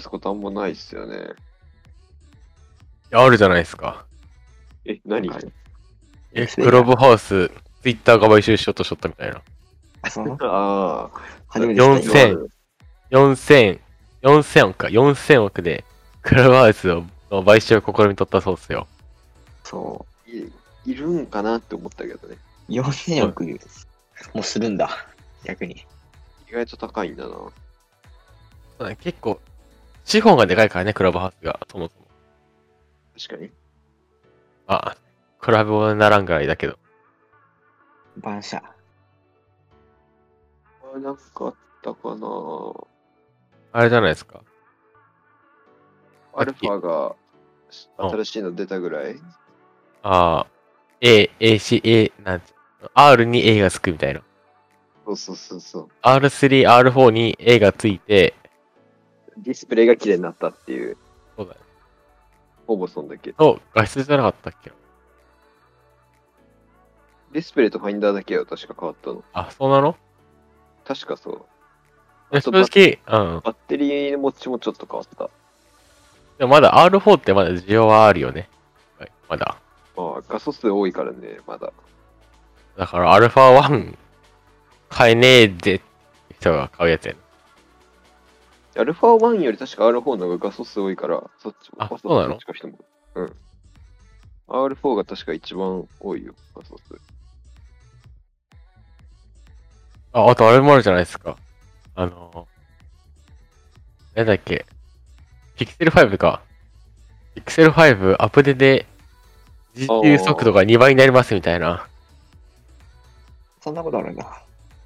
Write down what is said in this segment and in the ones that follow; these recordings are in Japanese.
すことあんまないっすよね。あるじゃないですか。え、何はいえ、クラブハウス、ツイッターが買収しようとしとったみたいな。あ、そ の、ああ。初めて知った。 4000 4000、4000億か、4000億で、クラブハウスをの買収を試みとったそうっすよ。そいいるんかなって思ったけどね。う。4000億もするんだ。逆に。意外と高いんだな。そうね結構、資本がでかいからね、クラブハウスが、そもそも。確かに。あ、クラブはならんぐらいだけど。万社。あなんかあったかなあれじゃないですか。アルファがしうん新しいの出たぐらいああ、A、A、C、A、なんて、R に A がつくみたいな。そうそうそうそう。 R3、R4 に A がついて、ディスプレイが綺麗になったっていう、そうだね。ほぼそんだけ。と、画質じゃなかったっけなディスプレイとファインダーだけは確か変わったの。あ、そうなの確かそう。いやあと正直、うん。バッテリーの持ちもちょっと変わった。でもまだ R4 ってまだ需要はあるよね。はいまだ。まあ、画素数多いからね、まだ。だから α1 買えねえぜって人が買うやつやね。アルファ1より確か R4 の方が画素数多いから、そっちもあ画素数そうなのどっちか人もうん。R4 が確か一番多いよ、画素数。あ、あとあれもあるじゃないですか。あのー、なんだっけ。ピクセル5か。ピクセル5アップデで GPU 速度が2倍になりますみたいな。そんなことあるんだ。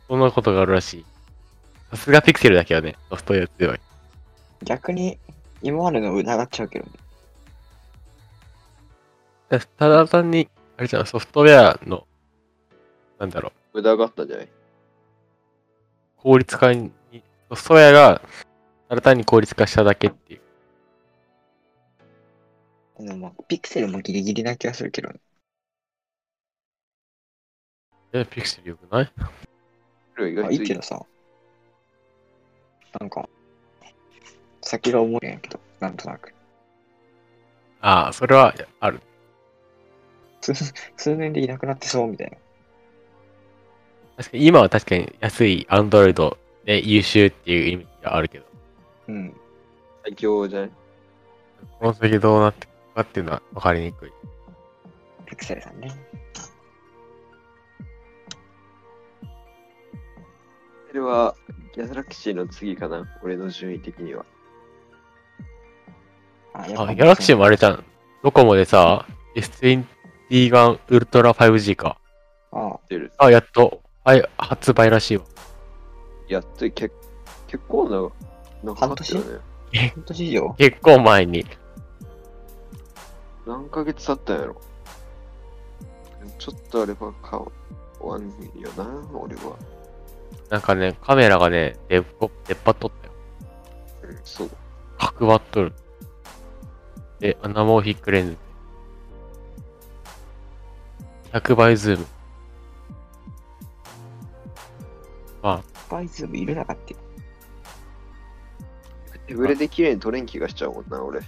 そんなことがあるらしい。さすがピクセルだけはね、ソフトウェア強い。逆に、今までの疑っちゃうけどね。ただ単に、あれじゃん、ソフトウェアの、なんだろう。無駄があったんじゃない効率化に、ソフトウェアが、ただ単に効率化しただけっていう。でもまあ、ピクセルもギリギリな気がするけどね。え、ピクセルよくない意まあ、外いいといけいどさ。なんか、先が重いんやけど、なんとなく。 ああ、それは、ある。数数年でいなくなってそうみたいな。確かに、今は確かに安い Android で優秀っていう意味があるけど、うん。最強じゃないこの先どうなっていくかっていうのは分かりにくい。ピクセルさんね。それは、ギャラクシーの次かな俺の順位的には。あ、やっあ、ぱギャラクシーもあれじゃん。ドコモでさ、S21 Ultra 5G か。ああ、出る。あ、やっと、はい、発売らしいわ。やっと結結構な、なんかあったよね。半年以上結構前に。何ヶ月経ったんやろちょっとあれば変わんよな、俺は。なんかね、カメラがね、出っこ出っ張っとったよ。うん、そう。角張っとる。で、アナモーフィックレンズ。100倍ズーム。スパイズムいるなかって。手ぶれで綺麗に撮れん気がしちゃうもんな、俺。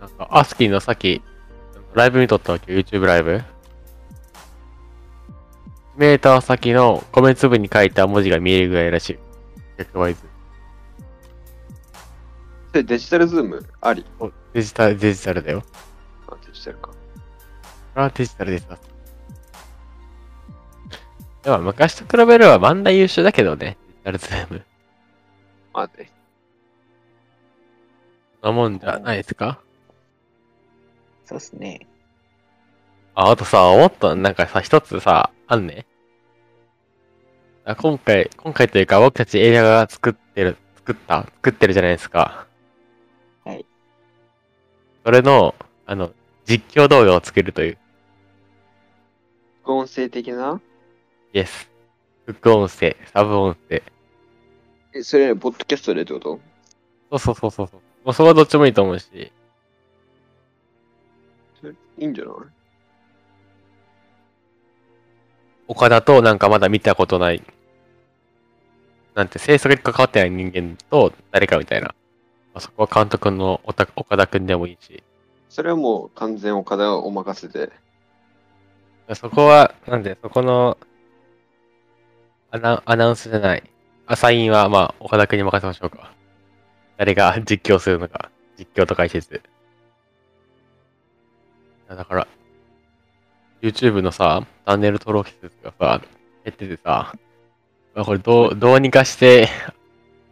なんか、アスキーのさっき、ライブ見とったわけよ、YouTube ライブ。メーター先の米粒に書いた文字が見えるぐらいらしい。100倍ズームで、デジタルズームあり。お。デジタル、デジタルだよ。あ、デジタルか。これはデジタルです。でも昔と比べればマンダ優秀だけどね。デジタルズーム。まあね。そんなもんじゃないですかそうっすね。あ、あとさ、思った、なんかさ、一つさ、あんね。あ今回、今回というか、僕たち映画が作ってる、作った、作ってるじゃないですか。はい。それの、あの、実況動画を作るという、副音声的なイエス。副音声、サブ音声。え、それ、ポッドキャストでってことそうそうそうそうそう。もうそれはどっちもいいと思うし、それいいんじゃない岡田となんかまだ見たことない、なんて制作に関わってない人間と誰かみたいなあそこは監督のおた岡田くんでもいいし、それはもう完全岡田をお任せで。そこは、なんで、そこのアナアナウンスじゃない、アサインは、まあ、岡田くんに任せましょうか。誰が 実況するのか、実況と解説。いやだから、YouTube のさ、チャンネル登録者数がさ、減っててさ、まあこれどう、どうにかして、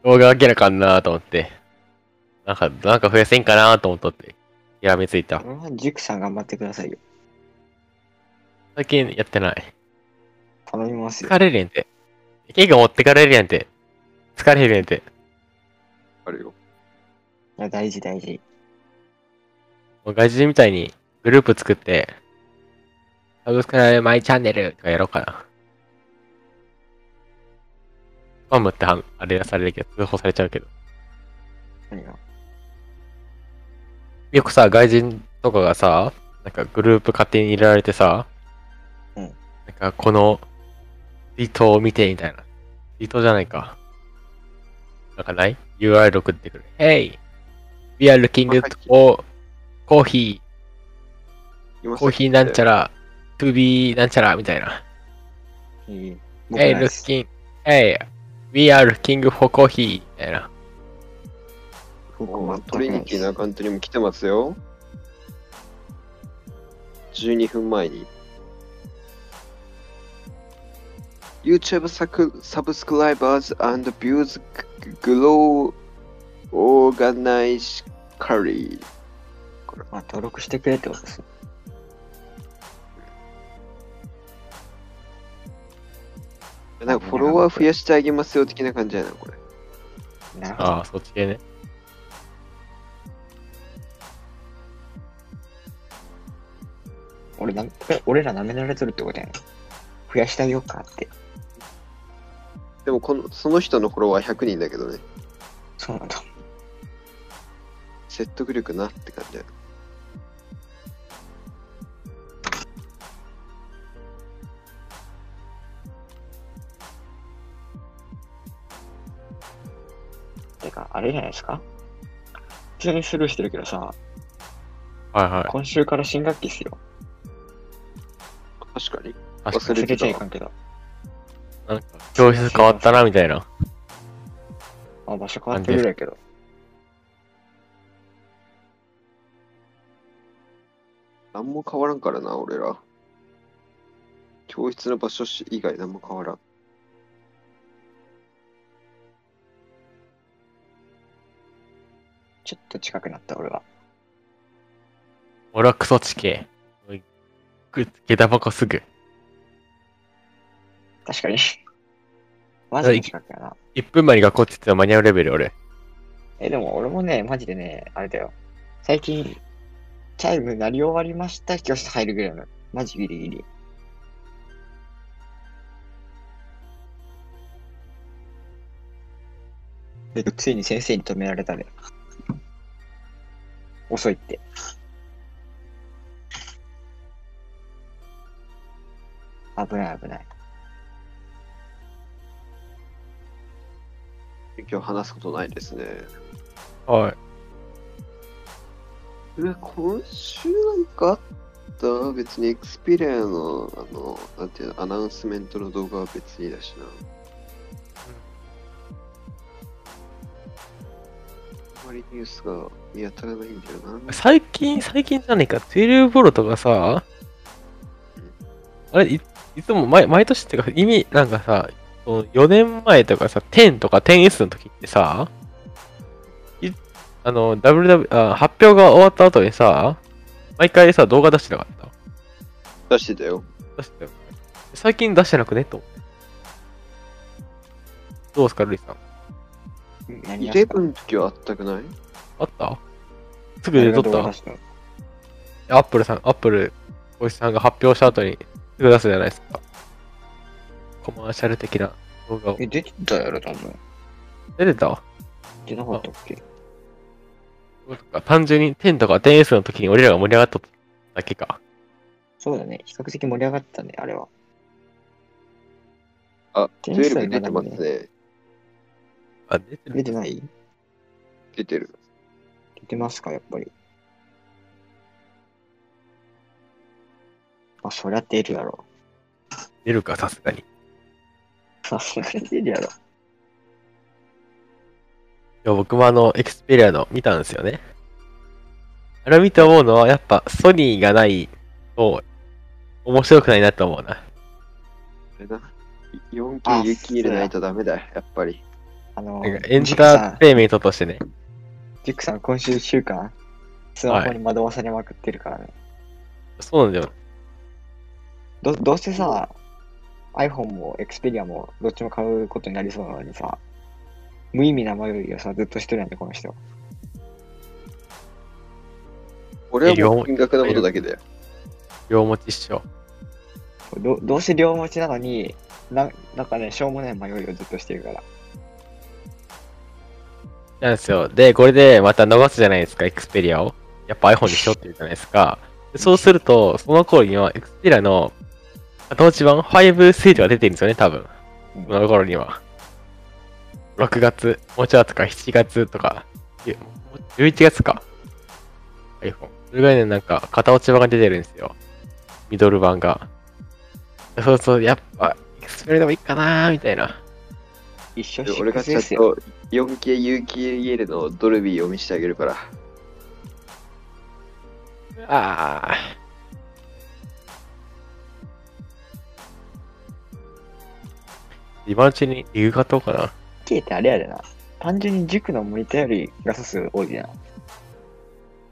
動画あげなあかんなと思って、なんか、なんか増やせんかなと思っとって、ひらめついたこ。れは塾さん頑張ってくださいよ。最近やってない。頼みますよ。疲れるやんて。結構持ってかれるやんて。疲れるやんて。あるよ。いや大事大事。もう外人みたいにグループ作って、サブスクライマイチャンネルとかやろうかな。スパムってはんあれがされるけど、通報されちゃうけど。何がよくさ、外人とかがさ、なんかグループ勝手に入れられてさ、うんなんかこのツイートを見てみたいな。ツイートじゃないか。なんかない ?URL 送ってくる。Hey! We are looking まあさっき for coffee, 今コーヒーなんちゃら。ら、to be なんちゃらみたいな。いい。僕ら Hey, です。 looking, hey, we are looking for coffee みたいな。僕もうはトリニティのアカウントにも来てますよ。12分前に。YouTube サクサブスクライバーズ and views grow organically。まあ、登録してくれってことです。なんかフォロワー増やしてあげますよ的な感じやな、これ。なるほど。ああ、そっち系ね。俺な、え 俺ら舐められとるってことやな。増やしてあげようかって。でもこの、その人のフォロワー100人だけどね。そうなんだ。説得力なって感じやな。てか、あれじゃないですか普通にスルーしてるけどさ、はいは今週から新学期っすよ。確かに。い。確か忘れてに忘れたちわゃいかんけど。なんか教室変わったなみたいな。まあ、場所変わってるぐらいやけど。何も変わらんからな、俺ら。教室の場所以外何も変わらん。ちょっと近くなった、俺は。俺はクソ地形。ぐ下駄箱すぐ。確かに。マジで近くやな。 1分前に学校って言ってたら間に合うレベル俺。え、でも俺もね、マジでね、あれだよ。最近、チャイム鳴り終わりました、教室入るぐらいの。マジギリギリ。で、ついに先生に止められたで。遅いって。危ない危ない。今日話すことないですね。はい。え、今週なんかあった別にエクスペリアの、あの、なんていうの、アナウンスメントの動画は別にだしな。あまりニュースが見当たらないんだよ な。最近、最近じゃねえか、12ボロとかさ、あれ、いいつも毎毎年っていうか、意味、なんかさ、その4年前とかさ、10とか 10S の時ってさ、いあの、WW、あ発表が終わった後にさ、毎回さ、動画出してなかった出してたよ。出してたよね。最近出してなくねと思って。どうですか、ルイさん。何イやレつブンの時はあったくないあったすぐ誰でが撮っ動た画出したのアップルさん、アップル、おじさんが発表した後にすぐ出すじゃないですか。コマーシャル的な動画を。え、出てたやろ、多分。出てた出なかったっけ単純に10とか 10S の時に俺らが盛り上がっただけか。そうだね。比較的盛り上がったね、あれは。あ、天才12出てますね。あ、出て出る。てない出てる。出ますか、やっぱり。まあ、そりゃ出るやろ。 出るか、さすがに。いさすがに出るやろ。や僕もあの、エクスペリアの見たんですよね。あれを見て思うのは、やっぱソニーがないと、面白くないなと思うな。あれな。4機入れ切れないとダメだ、やっぱり。あのなんかエンターテイメントとしてね。ジックさん、今週1週間、スマホに惑わされまくってるからね。そうなんだよ。どどうせさ、iPhone も Xperia もどっちも買うことになりそうなのにさ、無意味な迷いをさ、ずっとしてるやんね、この人。俺はもう金額のことだけだよ。両持ち師匠。どどうせ両持ちなのにな、なんかね、しょうもない迷いをずっとしてるから。なんですよ。で、これでまた逃すじゃないですか、エクスペリアを。やっぱ iPhone にしようって言うじゃないですか。でそうすると、その頃にはエクスペリアの後落ち版5シリーズが出てるんですよね、多分。うんその頃には。6月、もうちょいとか7月とか、いやもう11月か。iPhone。それぐらいでなんか、片落ち版が出てるんですよ。ミドル版が。そうそう、やっぱ、エクスペリアでもいいかなーみたいな。一緒でし俺がちゃんですよ。と 4K 有機イエルのドルビー読みしてあげるから。ああ。今のうちに理由がどうかな。 K ってあれやでな。単純に塾のモニターより画素数多いじゃん。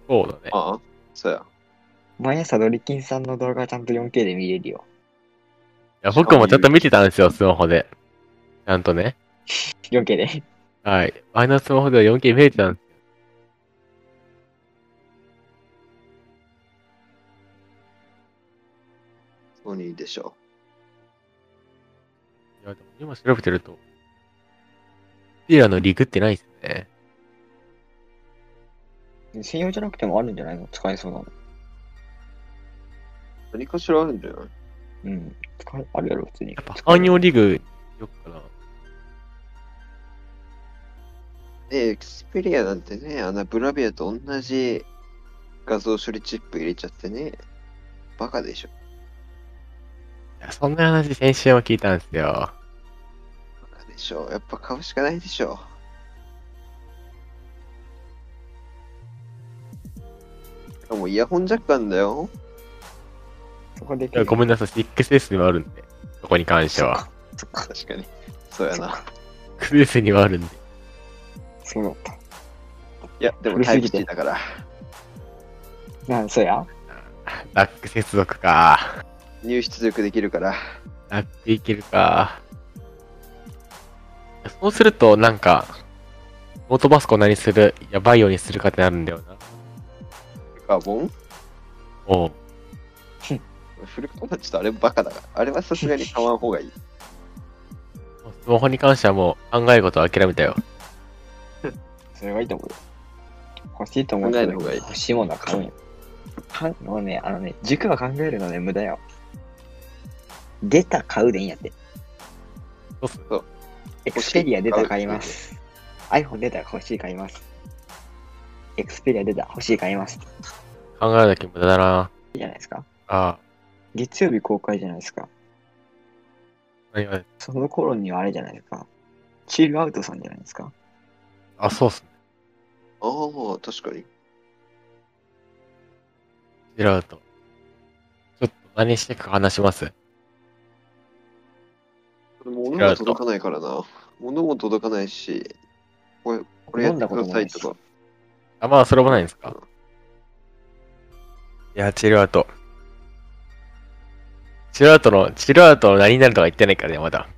そうだね。ああ、そうや。毎朝ドリキンさんの動画ちゃんと 4K で見れるよ。いや僕もちゃんと見てたんですよ、スマホで。ちゃんとね。 4K で。はい。前のスマホでは 4K 見れてたんですよ。ソニーでしょ。いやでも今調べてると、ピラのリグってないですね。専用じゃなくてもあるんじゃないの使えそうなの。何かしらあるんじゃないうん。使え、あるやろ、普通に。やっぱ汎用リグよっかな。で、エクスペリアなんてね、あのブラビアと同じ画像処理チップ入れちゃってね、バカでしょ。いや、そんな話先週も聞いたんですよ。バカでしょ。やっぱ買うしかないでしょ。しかもイヤホンジャックあんだよ。そこできいやる。ごめんなさい、6S にもあるんで。そこに関しては。そっか。確かに。そうやな。 6S にもあるんで。そうだった。いや、でも古タすイプぎて C だから。なんそうやダック接続か。入出力できるから。ラックいけるか。そうすると、なんか、オートバスコ何する、やばいようにするかってなるんだよな。カーボンおう古川さんちょっとあれバカだから。あれはさすがに買わん方がいい。スマホに関してはもう考えることは諦めたよ。それがいいと思うよ。欲しいと思うけ考えないど、方がいい欲しいものは買うんよ。かんもうね、あのね、塾は考えるのね、無駄よ。出た買うでいいんやって。そうっすエク欲しスいペリア出た買います。iPhone 出た欲しい買います。エクスペリア出た欲しい買います。考えるだけ無駄だな。いいじゃないですか。ああ、月曜日公開じゃないですか。何が、その頃にはあれじゃないですか。チールアウトさんじゃないですか。あ、そうっすね。ああ、確かに。ジェラート。ちょっと何してか話します。でも物が届かないからな。物も届かないし、これ、これやってくださいとか。あ、まあ、それもないんですか。いや、チルアート。チルアートの、チルアートの何になるとか言ってないからね、まだ。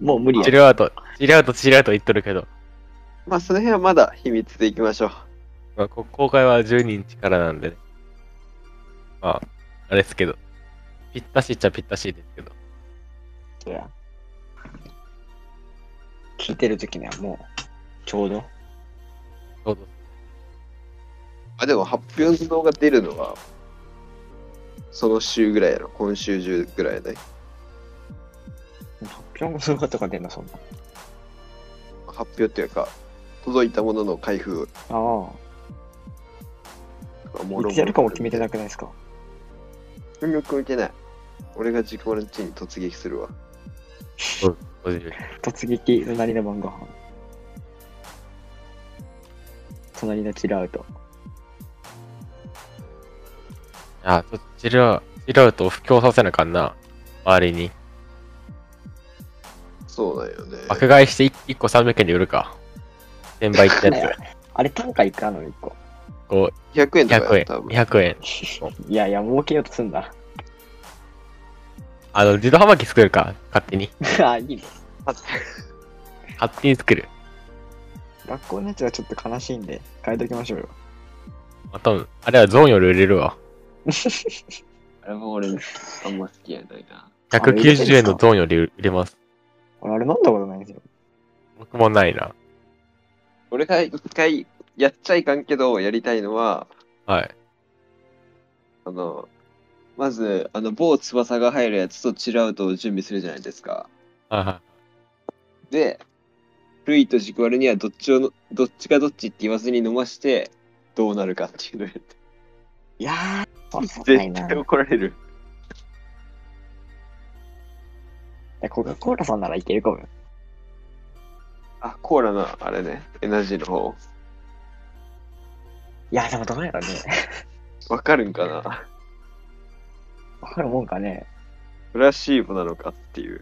もう無理チや。ルアート、チルアート、チルアート言っとるけど。まあ、その辺はまだ秘密でいきましょう。まあ、こ公開は12日からなんでね。まあ、あれですけど。ぴったしっちゃぴったしですけど。そうや聞いてる時にはもう、ちょうど。そうそうあ、でも発表の動画出るのは、その週ぐらいやろ。今週中ぐらいね。発表もすることが出んの、そんな。発表っていうか、届いたものの開封あとかあ。もいつやるかも決めてなくないですか全力向けない俺が自己の地に突撃するわ突撃、隣の晩ご飯。隣のチルアウト。あ、ちょっとチルアチルアウトを布教させなあかんな。周りに。そうだよね爆買いして 1, 個300円で売るか。転売ってやつ。あれ単価いくあの一個。こ100う、円とか100よ円。多分100円。いやいや、儲けようとすんだ。あの、自動はまき作るか。勝手に。 あ、いいです。勝手に作る。学校のやつはちょっと悲しいんで、変えときましょうよ。まあ、多分あれはゾーンより売れるわ。あれも俺あんま好きやないな190円のゾーンより売れます。俺、あれ飲んだことないんですよ。僕もないな。俺が一回やっちゃいかんけどやりたいのははい。あのまずあの某翼が入るやつとチルアウトを準備するじゃないですかはいはでルイとジクワルにはどっちをのどっちがどっちって言わずに飲ましてどうなるかっていうのやっていやー、そうそうない絶な。対怒られるいやコカ・コーラさんならいけるかもよ。あコーラのあれねエナジーの方いや、でもどうやろうね。わかるんかなわかるもんかね。プラシーボなのかっていうい。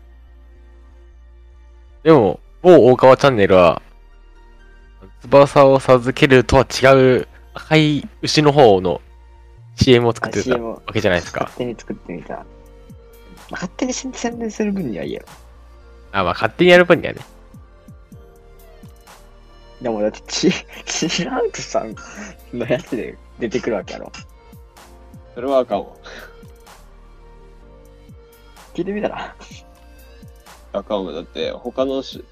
でも、某大川チャンネルは、翼を授けるとは違う赤い牛の方の CM を作あってた CM わをけじゃないですか勝。手に作ってみた。勝手に宣伝する分にはいいやろ。あ、まあ勝手にやる分にはね。でもだって チ、チラウトさんのやつで出てくるわけやろ。それはあかんわ聞いてみたら。あかんわだって他のし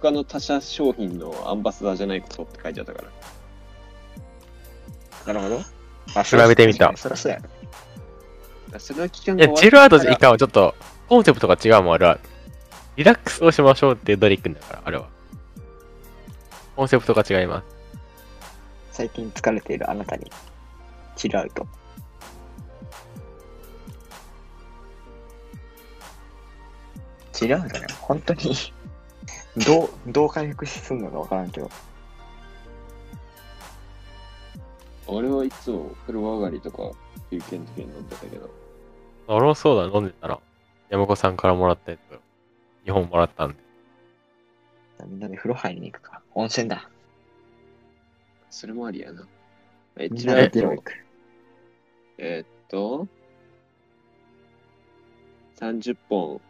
他の他社商品のアンバサダーじゃないことって書いてあったからなるほど。あ、調べてみたそりゃそうやろ。あそれは期間いがや、終わチルアウトったらいかんはちょっと、コンセプトが違うもん、あれは。リラックスをしましょうっていうドリックだから、あれは。コンセプトが違います。最近疲れているあなたに、チラウト。チラウトね、本当に。どう、どう回復するのかわからんけど。俺はいつも風呂上がりとか休憩の時に飲んでたけど俺もそうだ、飲んでたら。山子さんからもらったやつを。2本もらったんで。みんなで風呂入りに行くか。温泉だ。それもありやなえみちんななみでに風呂行く。えーっと30本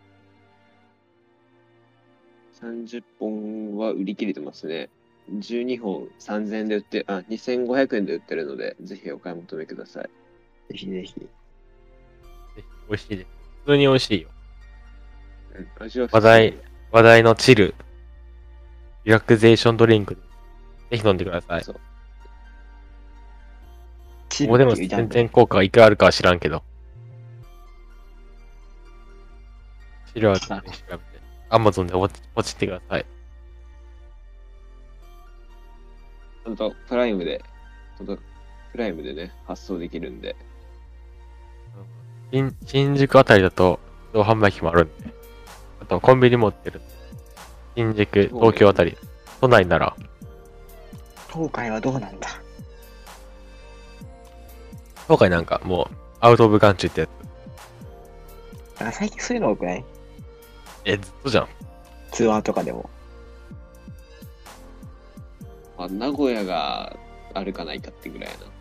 30本は売り切れてますね12本3000円で売ってあ2500円で売ってるのでぜひお買い求めくださいぜひぜひ。美味しいです。普通に美味しいよ。うん味は普通話題、話題のチル。リラクゼーションドリンクです。ぜひ飲んでください。そうチもうでルもっていうジャ全ンル然効果がいくらあるかは知らんけど。チルアウトで調べて。アマゾンで落ち落ちてください。ほんとプライムで届くプライムでね発送できるんで新新宿あたりだと自動販売機もあるんで、あとコンビニ持ってるんで新宿、東京あたり、都内なら、東海はどうなんだ東海なんかもうアウト・オブ・ガンチュってやつ、なんか最近そういうの多くないえ、ずっとじゃん。ツアーとかでも。まあ、名古屋があるかないかってぐらいやな。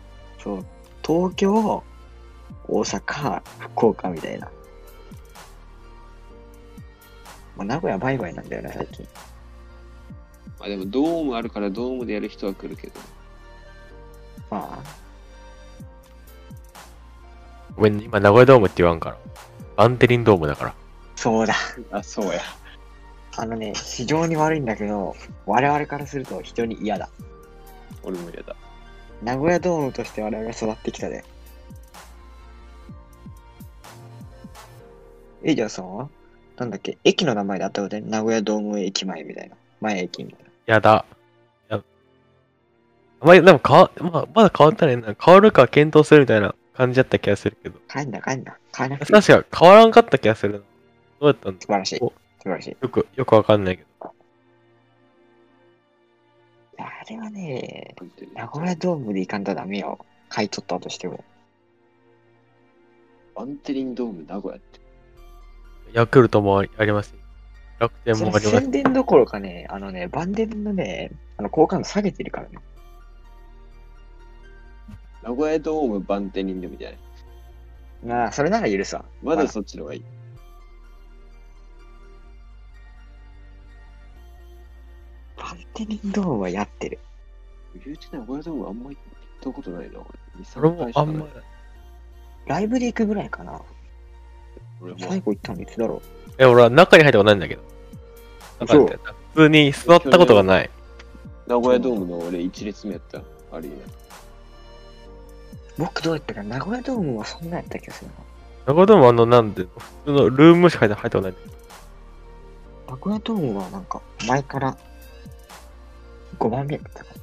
そう。東京、大阪、福岡みたいな。まあ、名古屋バイバイなんだよね、最近。まあでもドームあるからドームでやる人は来るけど。まあ、ごめん、ね、今名古屋ドームって言わんから。バンテリンドームだから。そうだ。あ、そうや。あのね、非常に悪いんだけど、我々からすると非常に嫌だ。俺も嫌だ。名古屋ドームとして我々が育ってきたで。エイジャーさんはなんだっけ駅の名前であったことで名古屋ドーム駅前みたいな。前駅みたいな。やだ。やまあ、でも変わ、まあ、まだ変わったらいいな。変わるか検討するみたいな感じだった気がするけど。帰んだ、帰んだ。帰らなくていい。確か変わらんかった気がするな。どうやったんだ素晴らしい。お素晴らしい。いよく、よくわかんないけど。や、あれはね、名古屋ドームで行かんとダメよ。買い取ったとしても。バンテリンドーム名古屋って。ヤクルトもありありますよ。楽天そもれあります宣。伝どころかね、あのね、バンデンのね、あの好感度下げてるからね。名古屋ドームバンテリンドームじゃない。まあ、それなら許すわ。まだそっちの方がいい。バンテリンドームはやってる。言うて名古屋ドームあんま行ったことないな。俺それもあんま。 2 3回しかないライブで行くぐらいかな。俺も最後行ったのいつだろえ、俺は中に入ったことないんだけど。中に入った普通に座ったことがない。名古屋ドームの俺一列目やった。あれね。う。僕どうやったかな、名古屋ドームはそんなやった気がするな。名古屋ドームあの、なんで、普通のルームしか入った入ったことない。名古屋ドームはなんか、前から5番目だったかな。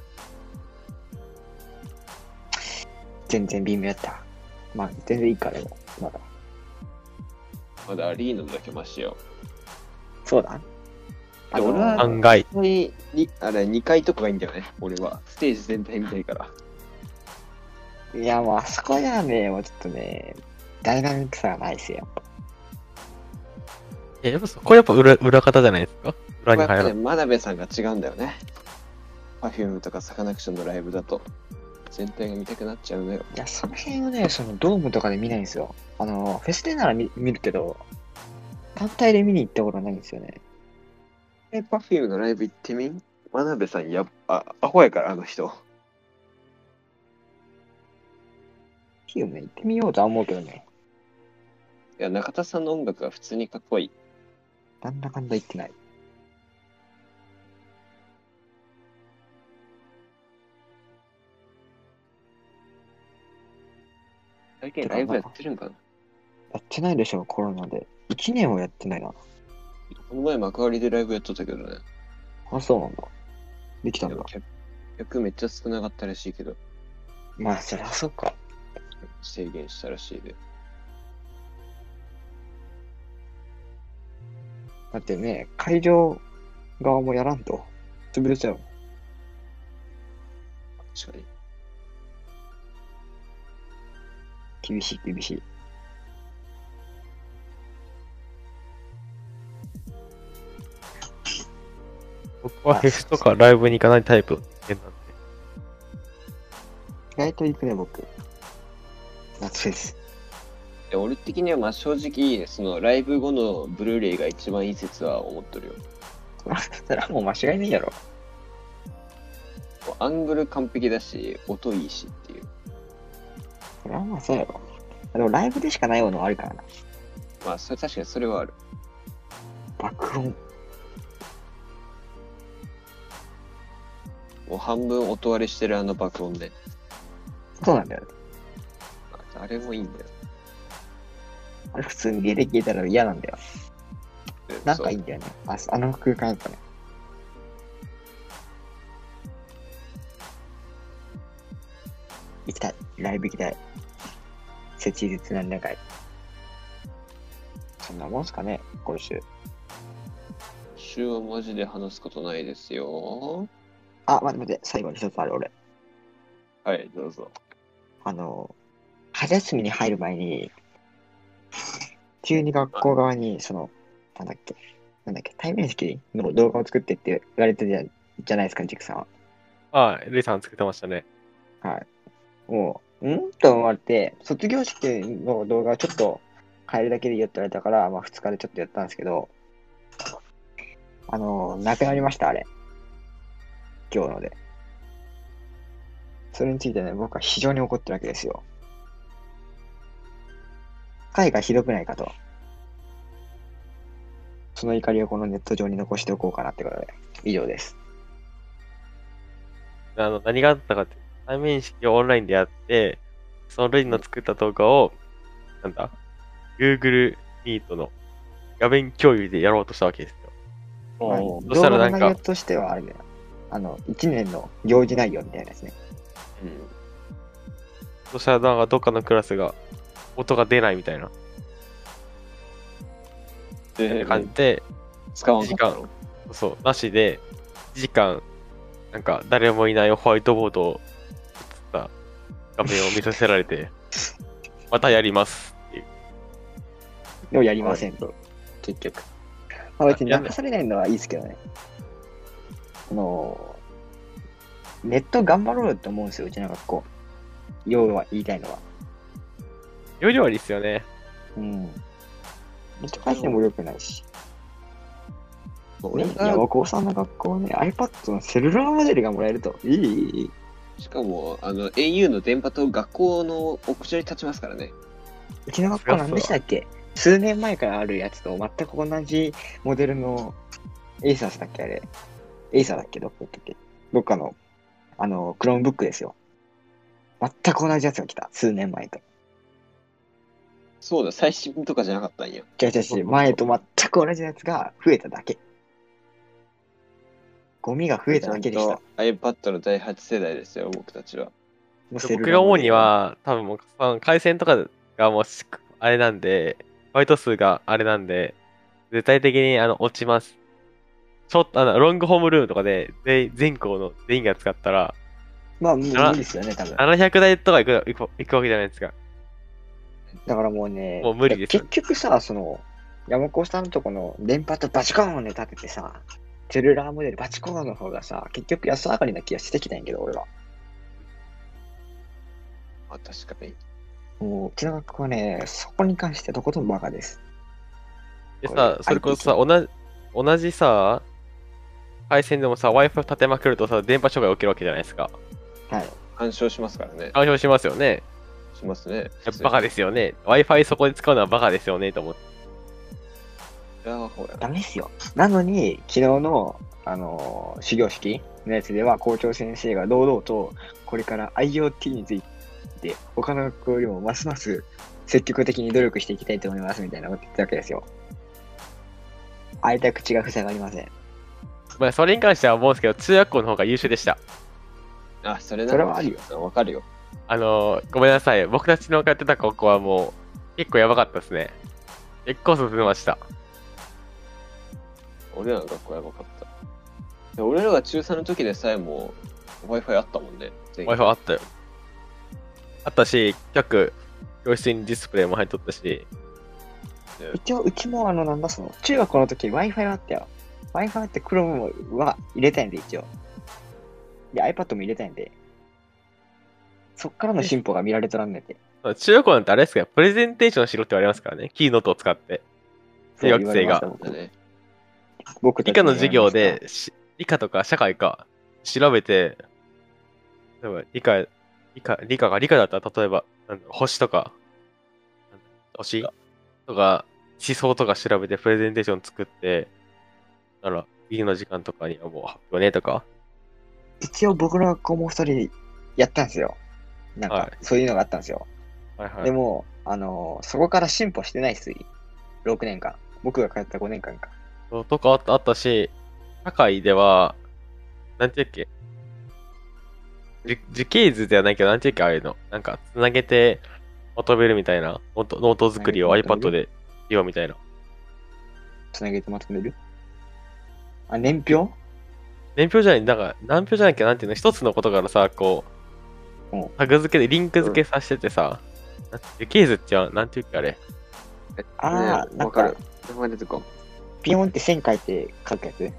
全然微妙やった。まあ、全然いいからも、まだ。まだアリーナだけマシよ。そうだ。あでの俺は案外。本当に、にあれ2階とかがいいんだよね。俺は。ステージ全体見たいから。いや、もうあそこではね、もうちょっとね、ダイナミックさがないですよ。え、やっぱそこやっぱ裏裏方じゃないですか裏に入こうらなやっい。てね真鍋さんが違うんだよね。Perfume とかサカナクションのライブだと全体が見たくなっちゃうのよ。いや、その辺をね、そのドームとかで見ないんですよ。あの、フェスでなら見見るけど、単体で見に行ったことないんですよね。え、Perfume のライブ行ってみん真鍋さんやっぱ、アホやからあの人。いいよね、行ってみようとは思うけどね、いや、中田さんの音楽は普通にかっこいい。なんだかんだ行ってない。最近ライブやってるんかなやってないでしょ、コロナで。1年はやってないな。この前幕張でライブやっとったけどね。あ、そうなんだ。できたんだ。客客めっちゃ少なかったらしいけど、まあ、そりゃそっか。制限したらしいで。だってね、会場側もやらんと、潰れちゃう。確かに。厳しい、厳しい。僕はフェスとかライブに行かないタイプの人間なんで。意外と行くね、僕。夏フェス。で俺的にはまあ正直、そのライブ後のブルーレイが一番いい説は思っとるよ。まあそれはもう間違いないやろ。アングル完璧だし、音いいしっていう。それはまあそうやろ。でもライブでしかないものはあるからな。まあ、それ確かにそれはある。爆音。もう半分音割れしてるあの爆音で。そうなんだよ。ああれもいいんだよ。あれ普通に家で聞いたら嫌なんだよ。なんかいいそうんだよね。ああの空間やっぱね。行きたい。ライブ行きたい。切実なんだかい。そんなもんっすかね、今週。週はマジで話すことないですよ。あ、待って待って、最後に一つある俺。はい、どうぞ。あの、春休みに入る前に、急に学校側に、その、なんだっけ、なんだっけ、対面式の動画を作ってって言われてるじゃないですか、ジクさんは。ああ、レイさん作ってましたね。はい。もう、んと思われて、卒業式の動画をちょっと変えるだけでいいよって言われたから、まあ2日でちょっとやったんですけど、あの、なくなりました、あれ。今日ので。それについてね、僕は非常に怒ってるわけですよ。回がひどくないかと。その怒りをこのネット上に残しておこうかなってことで、以上です。あの、何があったかって、対面式をオンラインでやって、そのレイの作った動画を、なんだ、Google Meet の画面共有でやろうとしたわけですよ。まあそしたらなんか動画の内容としてはあれだよ。あの、1年の行事内容みたいなですね。うん。そしたらなんかどっかのクラスが音が出ないみたいなえ感じで、使わん時かった間の。そう、なしで、1時間、なんか誰もいないホワイトボードを映った画面を見させられて、またやりますっていう。でもやりませんと、結局。まあ、別に流されないのはいいですけどね。あの、ネット頑張ろうよって思うんですよ、うちの学校。要は言いたいのは。よりはいいっすよね。うん。ネット回線も良くないし。俺ね、いがや、お子さんの学校ね、iPad のセルラーモデルがもらえると。いい、いい、いい。しかも、あの、au の電波と学校の屋上に立ちますからね。うちの学校何でしたっけ数年前からあるやつと全く同じモデルのエイサスだっけあれ。エイサーだっけどこだっけどっかの、あの、クロームブックですよ。全く同じやつが来た。数年前と。そうだ、最新とかじゃなかったんや。違う違う違う。前と全く同じやつが増えただけ。ゴミが増えただけでした。ちゃんと iPad の第8世代ですよ、僕たちは。もうセル僕ラがー思モうデにルが。は、多分もう、その回線とかがもうし、あれなんで、バイト数があれなんで、絶対的にあの落ちます。ちょっと、あの、ロングホームルームとかで、全全校の全員が使ったら、まあ、もう無理ですよね、多分。 700台とか行く行く行くわけじゃないですか。だからもうね、もう無理ですよ結局さ、その、山子さんのとこの電波とバチコーンで立ててさ、セルラーモデルバチコーンの方がさ、結局安上がりな気がしてきたんやけど、俺は。まあ、確かに。もう、うちの学校はね、そこに関してとことんバカです。でこれさ、それこそさ、同じ、同じさ、回線でもさ、Wi-Fi を立てまくるとさ、電波障害起きるわけじゃないですか。はい。干渉しますからね。干渉しますよね。しますね。バカですよね。Wi-Fi そこで使うのはバカですよね、と思って。いやほら。ダメですよ。なのに、昨日の、あのー始業式のやつでは、校長先生が堂々と、これから IoT について、他の学校よりもますます積極的に努力していきたいと思いますみたいなこと言ってたわけですよ。開いた口が塞がりません。まあ、それに関しては思うんですけど、中学校の方が優秀でした。あ、それなそれはあるよ。わかるよ。あのーごめんなさい。僕たちの通ってた高校はもう、結構やばかったですね。結構進みました。俺らの学校やばかった。で俺らが中3の時でさえも Wi-Fi あったもんね。全員 Wi-Fi あったよ。あったし、各教室にディスプレイも入っとったし、一応、うちも、あの、なんだ、その、中学校の時 Wi-Fi はあったよ。Wi-Fi あって Chrome は入れたいんで、一応。で、iPad も入れたいんで。そっからの進歩が見られとらんねんて。中学校なんてあれですかプレゼンテーションしろって言われますからね。キーノートを使って。中学生がそう言われました。僕だね。僕た理ち科ものやりました授業で、し理科とか社会か、調べて、例えば理科、理科、理科が理科だったら、例えば、なんだろう星とか、なんだろう星とか、思想とか調べてプレゼンテーション作って、なら、理科の時間とかにはもう発表ねとか、一応僕の学校も一人やったんですよ。なんはかい、そういうのがあったんですよ。はいはい。でも、あのーそこから進歩してないっす、6年間。僕が通った5年間か。そうとかあったあったし、社会では、なんていうっけじ樹形図ではないけど、なんていうっけああいうの。なんか、つなげてまとめるみたいな、ノートノート作りをはいまとめる iPad でしようみたいな。つなげてまとめるあ、年表年表じゃない、なんか、何表じゃないけど、なんていうの、一つのことからさ、こううん、タグ付けでリンク付けさせててさ、なんて樹形図っては、なんていうっけあれ。あーねなんわかかる。名前出てこんピヨンって線書いて書くやつ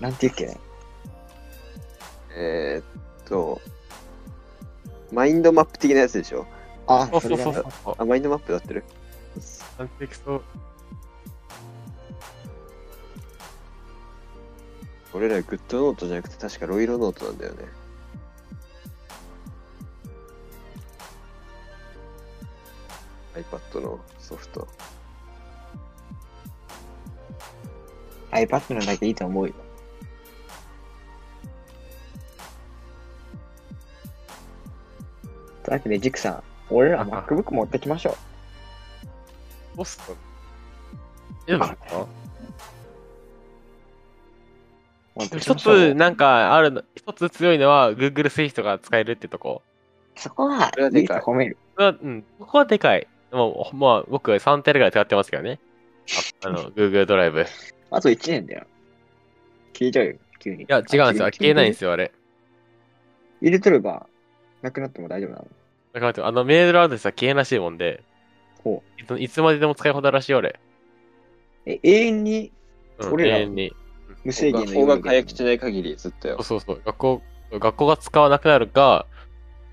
なんていうっけねえー、っと、マインドマップ的なやつでしょあ、そうそそれうそだう。そう。あ、マインドマップだってるなんていうっけそう。俺らグッドノートじゃなくて確かロイロノートなんだよね。iPad のソフト。 iPad のだけいいと思うよ。というわけで、ジクさん、俺ら MacBook 持ってきましょう。ポスト。え、なんか本当に一つ、なんか、あるの、一つ強いのは、Google Swift が使えるってとこ。そこはそれは、でいいかい褒める。うわうん、ここはでかい。でもう、まあ、僕、3テラぐらい使ってますけどね。ああの、Google ドライブ。いあと1年だよ。消えちゃうよ、急に。い。や、違うんですよ。消えないんですすよ、あれ。入れとれば、なくなっても大丈夫なの。だから待って、あの、メールアドレスは消えらしいもんで、ほいついつまででも使い放題らしいよ、俺。え、永遠にうん、俺ら永遠に。無制限の法が解約しない。ない限りずっとよそう。そうそう。学校、学校が使わなくなるか、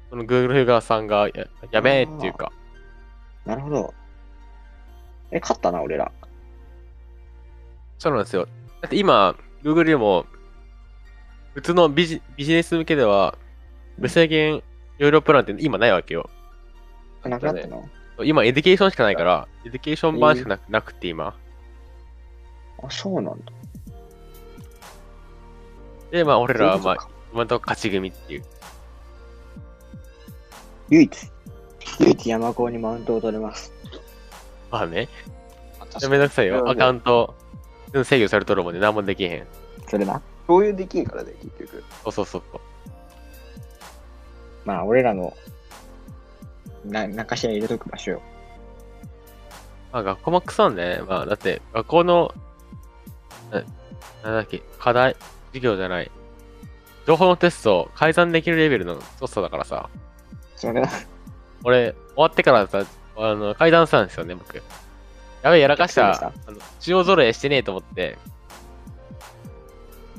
その Google 側さんがややめーっていうか、なるほど。え、勝ったな、俺ら。そうなんですよ。だって今、Google でも、普通のビジビジネス向けでは、無制限有料プランって今ないわけよ。なくなったの今、エデュケーションしかないから、エデュケーション版しかなく,、なくて今。あ、そうなんだ。で、まあ、俺らは、そうまいうあこ、今のとこ勝ち組っていう。唯一。唯一山高にマウントを取れます。まあね、確かめにんどくさいなるよ。ほアどカウント、制御されとるもんで、何もできへん。それな。共有できんからね、結局。そうそうそう。まあ、俺らの、な、なんかしら入れとく場所よ。まあ、学校もくそね。まあ、だって、学校の、ななんだっけ、課題、授業じゃない。情報のテストを改ざんできるレベルの操作だからさ。それな。俺、終わってからさ、あの、改ざんしたんですよね、僕。やべえ、やらかした。そうあの、中央揃えしてねえと思って、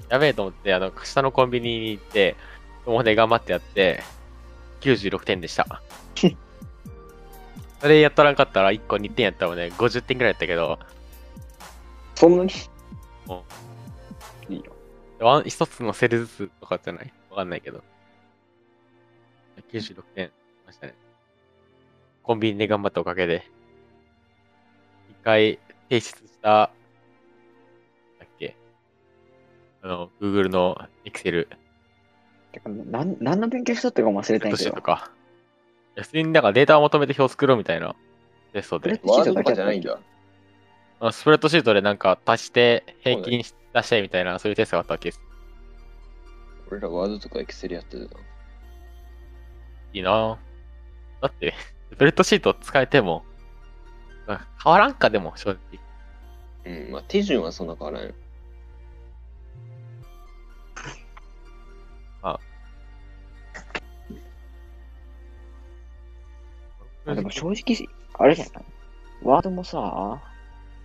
やべえと思って、あの、下のコンビニに行って、そこで頑張ってやって、96点で した。それやっとらんかったら、1個2点やったもんね、50点くらいやったけど、そんなにいいよ。ワン一つのセルずつとかじゃないわかんないけど。96点ましたね。コンビニで頑張ったおかげで。一回提出した、だっけ。あの、Google の Excel、てか、なん、何の勉強しとったかも忘れたんットやけシーどト。か。いや普通になんかデータをまとめて表作ろうみたいなテストで。ワードとかじゃないんだ。あスプレッドシートでなんか足して平均し出したいみたいな、そういうテストがあったわけです。俺らワードとかエクセルやってるの。いいなぁだって、 スプレッドシート使えても、まあ変わらんかでも、正直。うん、まあ手順はそんな変わらんよ。まあでも正直、あれじゃないワードもさ、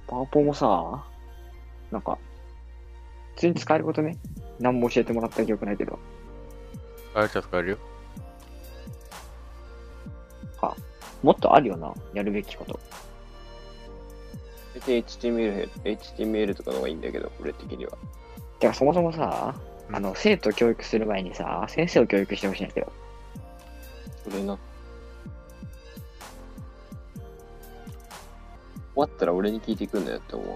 パワポもさ、なんか、普通に使えることね、何も教えてもらった記憶ないけど、使えるっちゃ使えるよ。もっとあるよな、やるべきこと。別に HTML、HTML とかの方がいいんだけど、俺的には。てかそもそもさ、うんあの、生徒を教育する前にさ、先生を教育してほしいんだけど、それな。終わったら俺に聞いてくんだよって思う。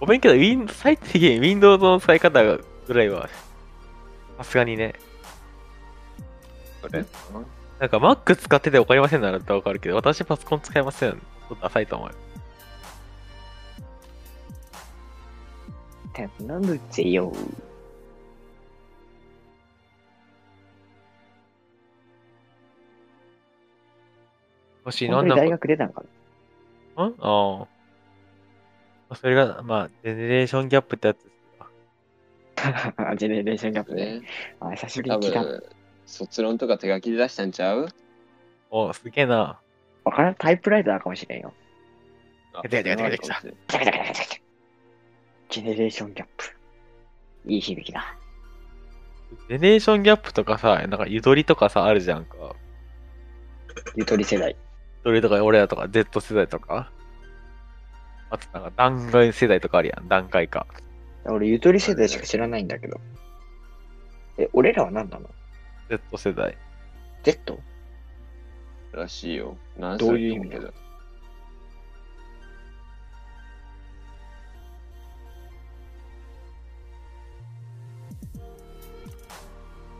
ごめんけど、Win- 最低限 Windows の使い方ぐらいは、さすがにね。それなんか Mac 使ってて分かりませんならわかるけど、私パソコン使いません。ちょっとダサいと思う。てなんでぜよ。欲しいの本当に大学出たんかなうんああ。それが、まあ、ジェネレーションギャップってやつですよ ジェネレーションギャップね。ね。あ、久しぶり多に聞いた。分、卒論とか手書きで出したんちゃうおすげえな。わからん、タイプライターかもしれんよ。出てきた出てきたジェネレーションギャップ。いい響きだ。ジェネレーションギャップとかさ、なんかゆとりとかさ、あるじゃんか。ゆとり世代。それとか俺らとか Z 世代とか。あとなんか段階世代とかあるやん。段階か。俺、ゆとり世代しか知らないんだけど。え、俺らは何なの Z 世代。 ?Z? らしいよ。なんどういう意味だだけど。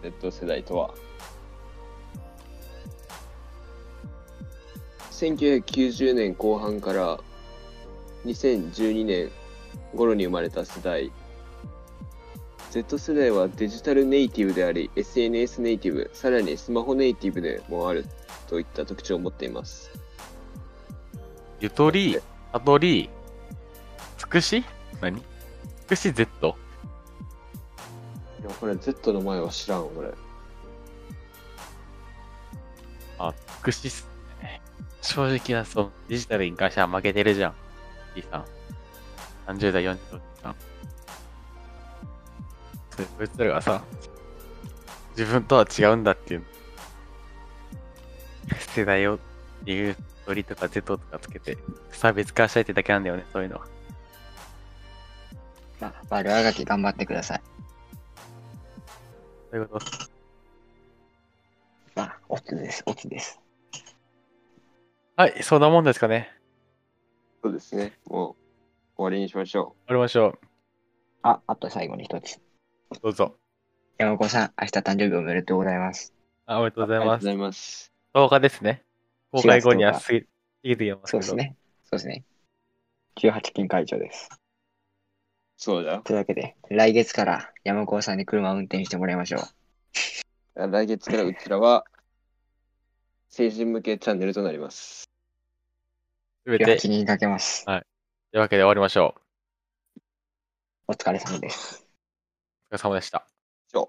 Z 世代とは1990年後半から2012年頃に生まれた世代 Z 世代はデジタルネイティブであり SNS ネイティブさらにスマホネイティブでもあるといった特徴を持っていますゆとり、たどり、つくし何つくし Z? いやこれ Z の前は知らんこれあ、つくしっすね。正直な、そのデジタルに関しては負けてるじゃん。B さん。30代、40代さん。それこいつらがさ、自分とは違うんだっていう。世代を、理由、鳥とか Z とかつけて、差別化したいってだけなんだよね、そういうのは。まあ、悪あがき頑張ってください。そういうこと。まあ、オツです、オツです。はい、そんなもんですかね。そうですねもう終わりにしましょ終わりましょあ、あと最後に一つ。う。どうぞ。山子さん、明日誕生日おめでとうございます。あ、おめでとうごうざいありがとうまごすざ。います10日ですね。公開後には4過ぎ過ぎていますけそうど。ですね。そうですね。18金会長です。そうだというわけで、来月から山子さんに車を運転してもらいましょう。来月からうちらは成人向けチャンネルとなりますすべて。 18人かけます。というわけで終わりましょう。お疲れ様です。お疲れ様でした。以上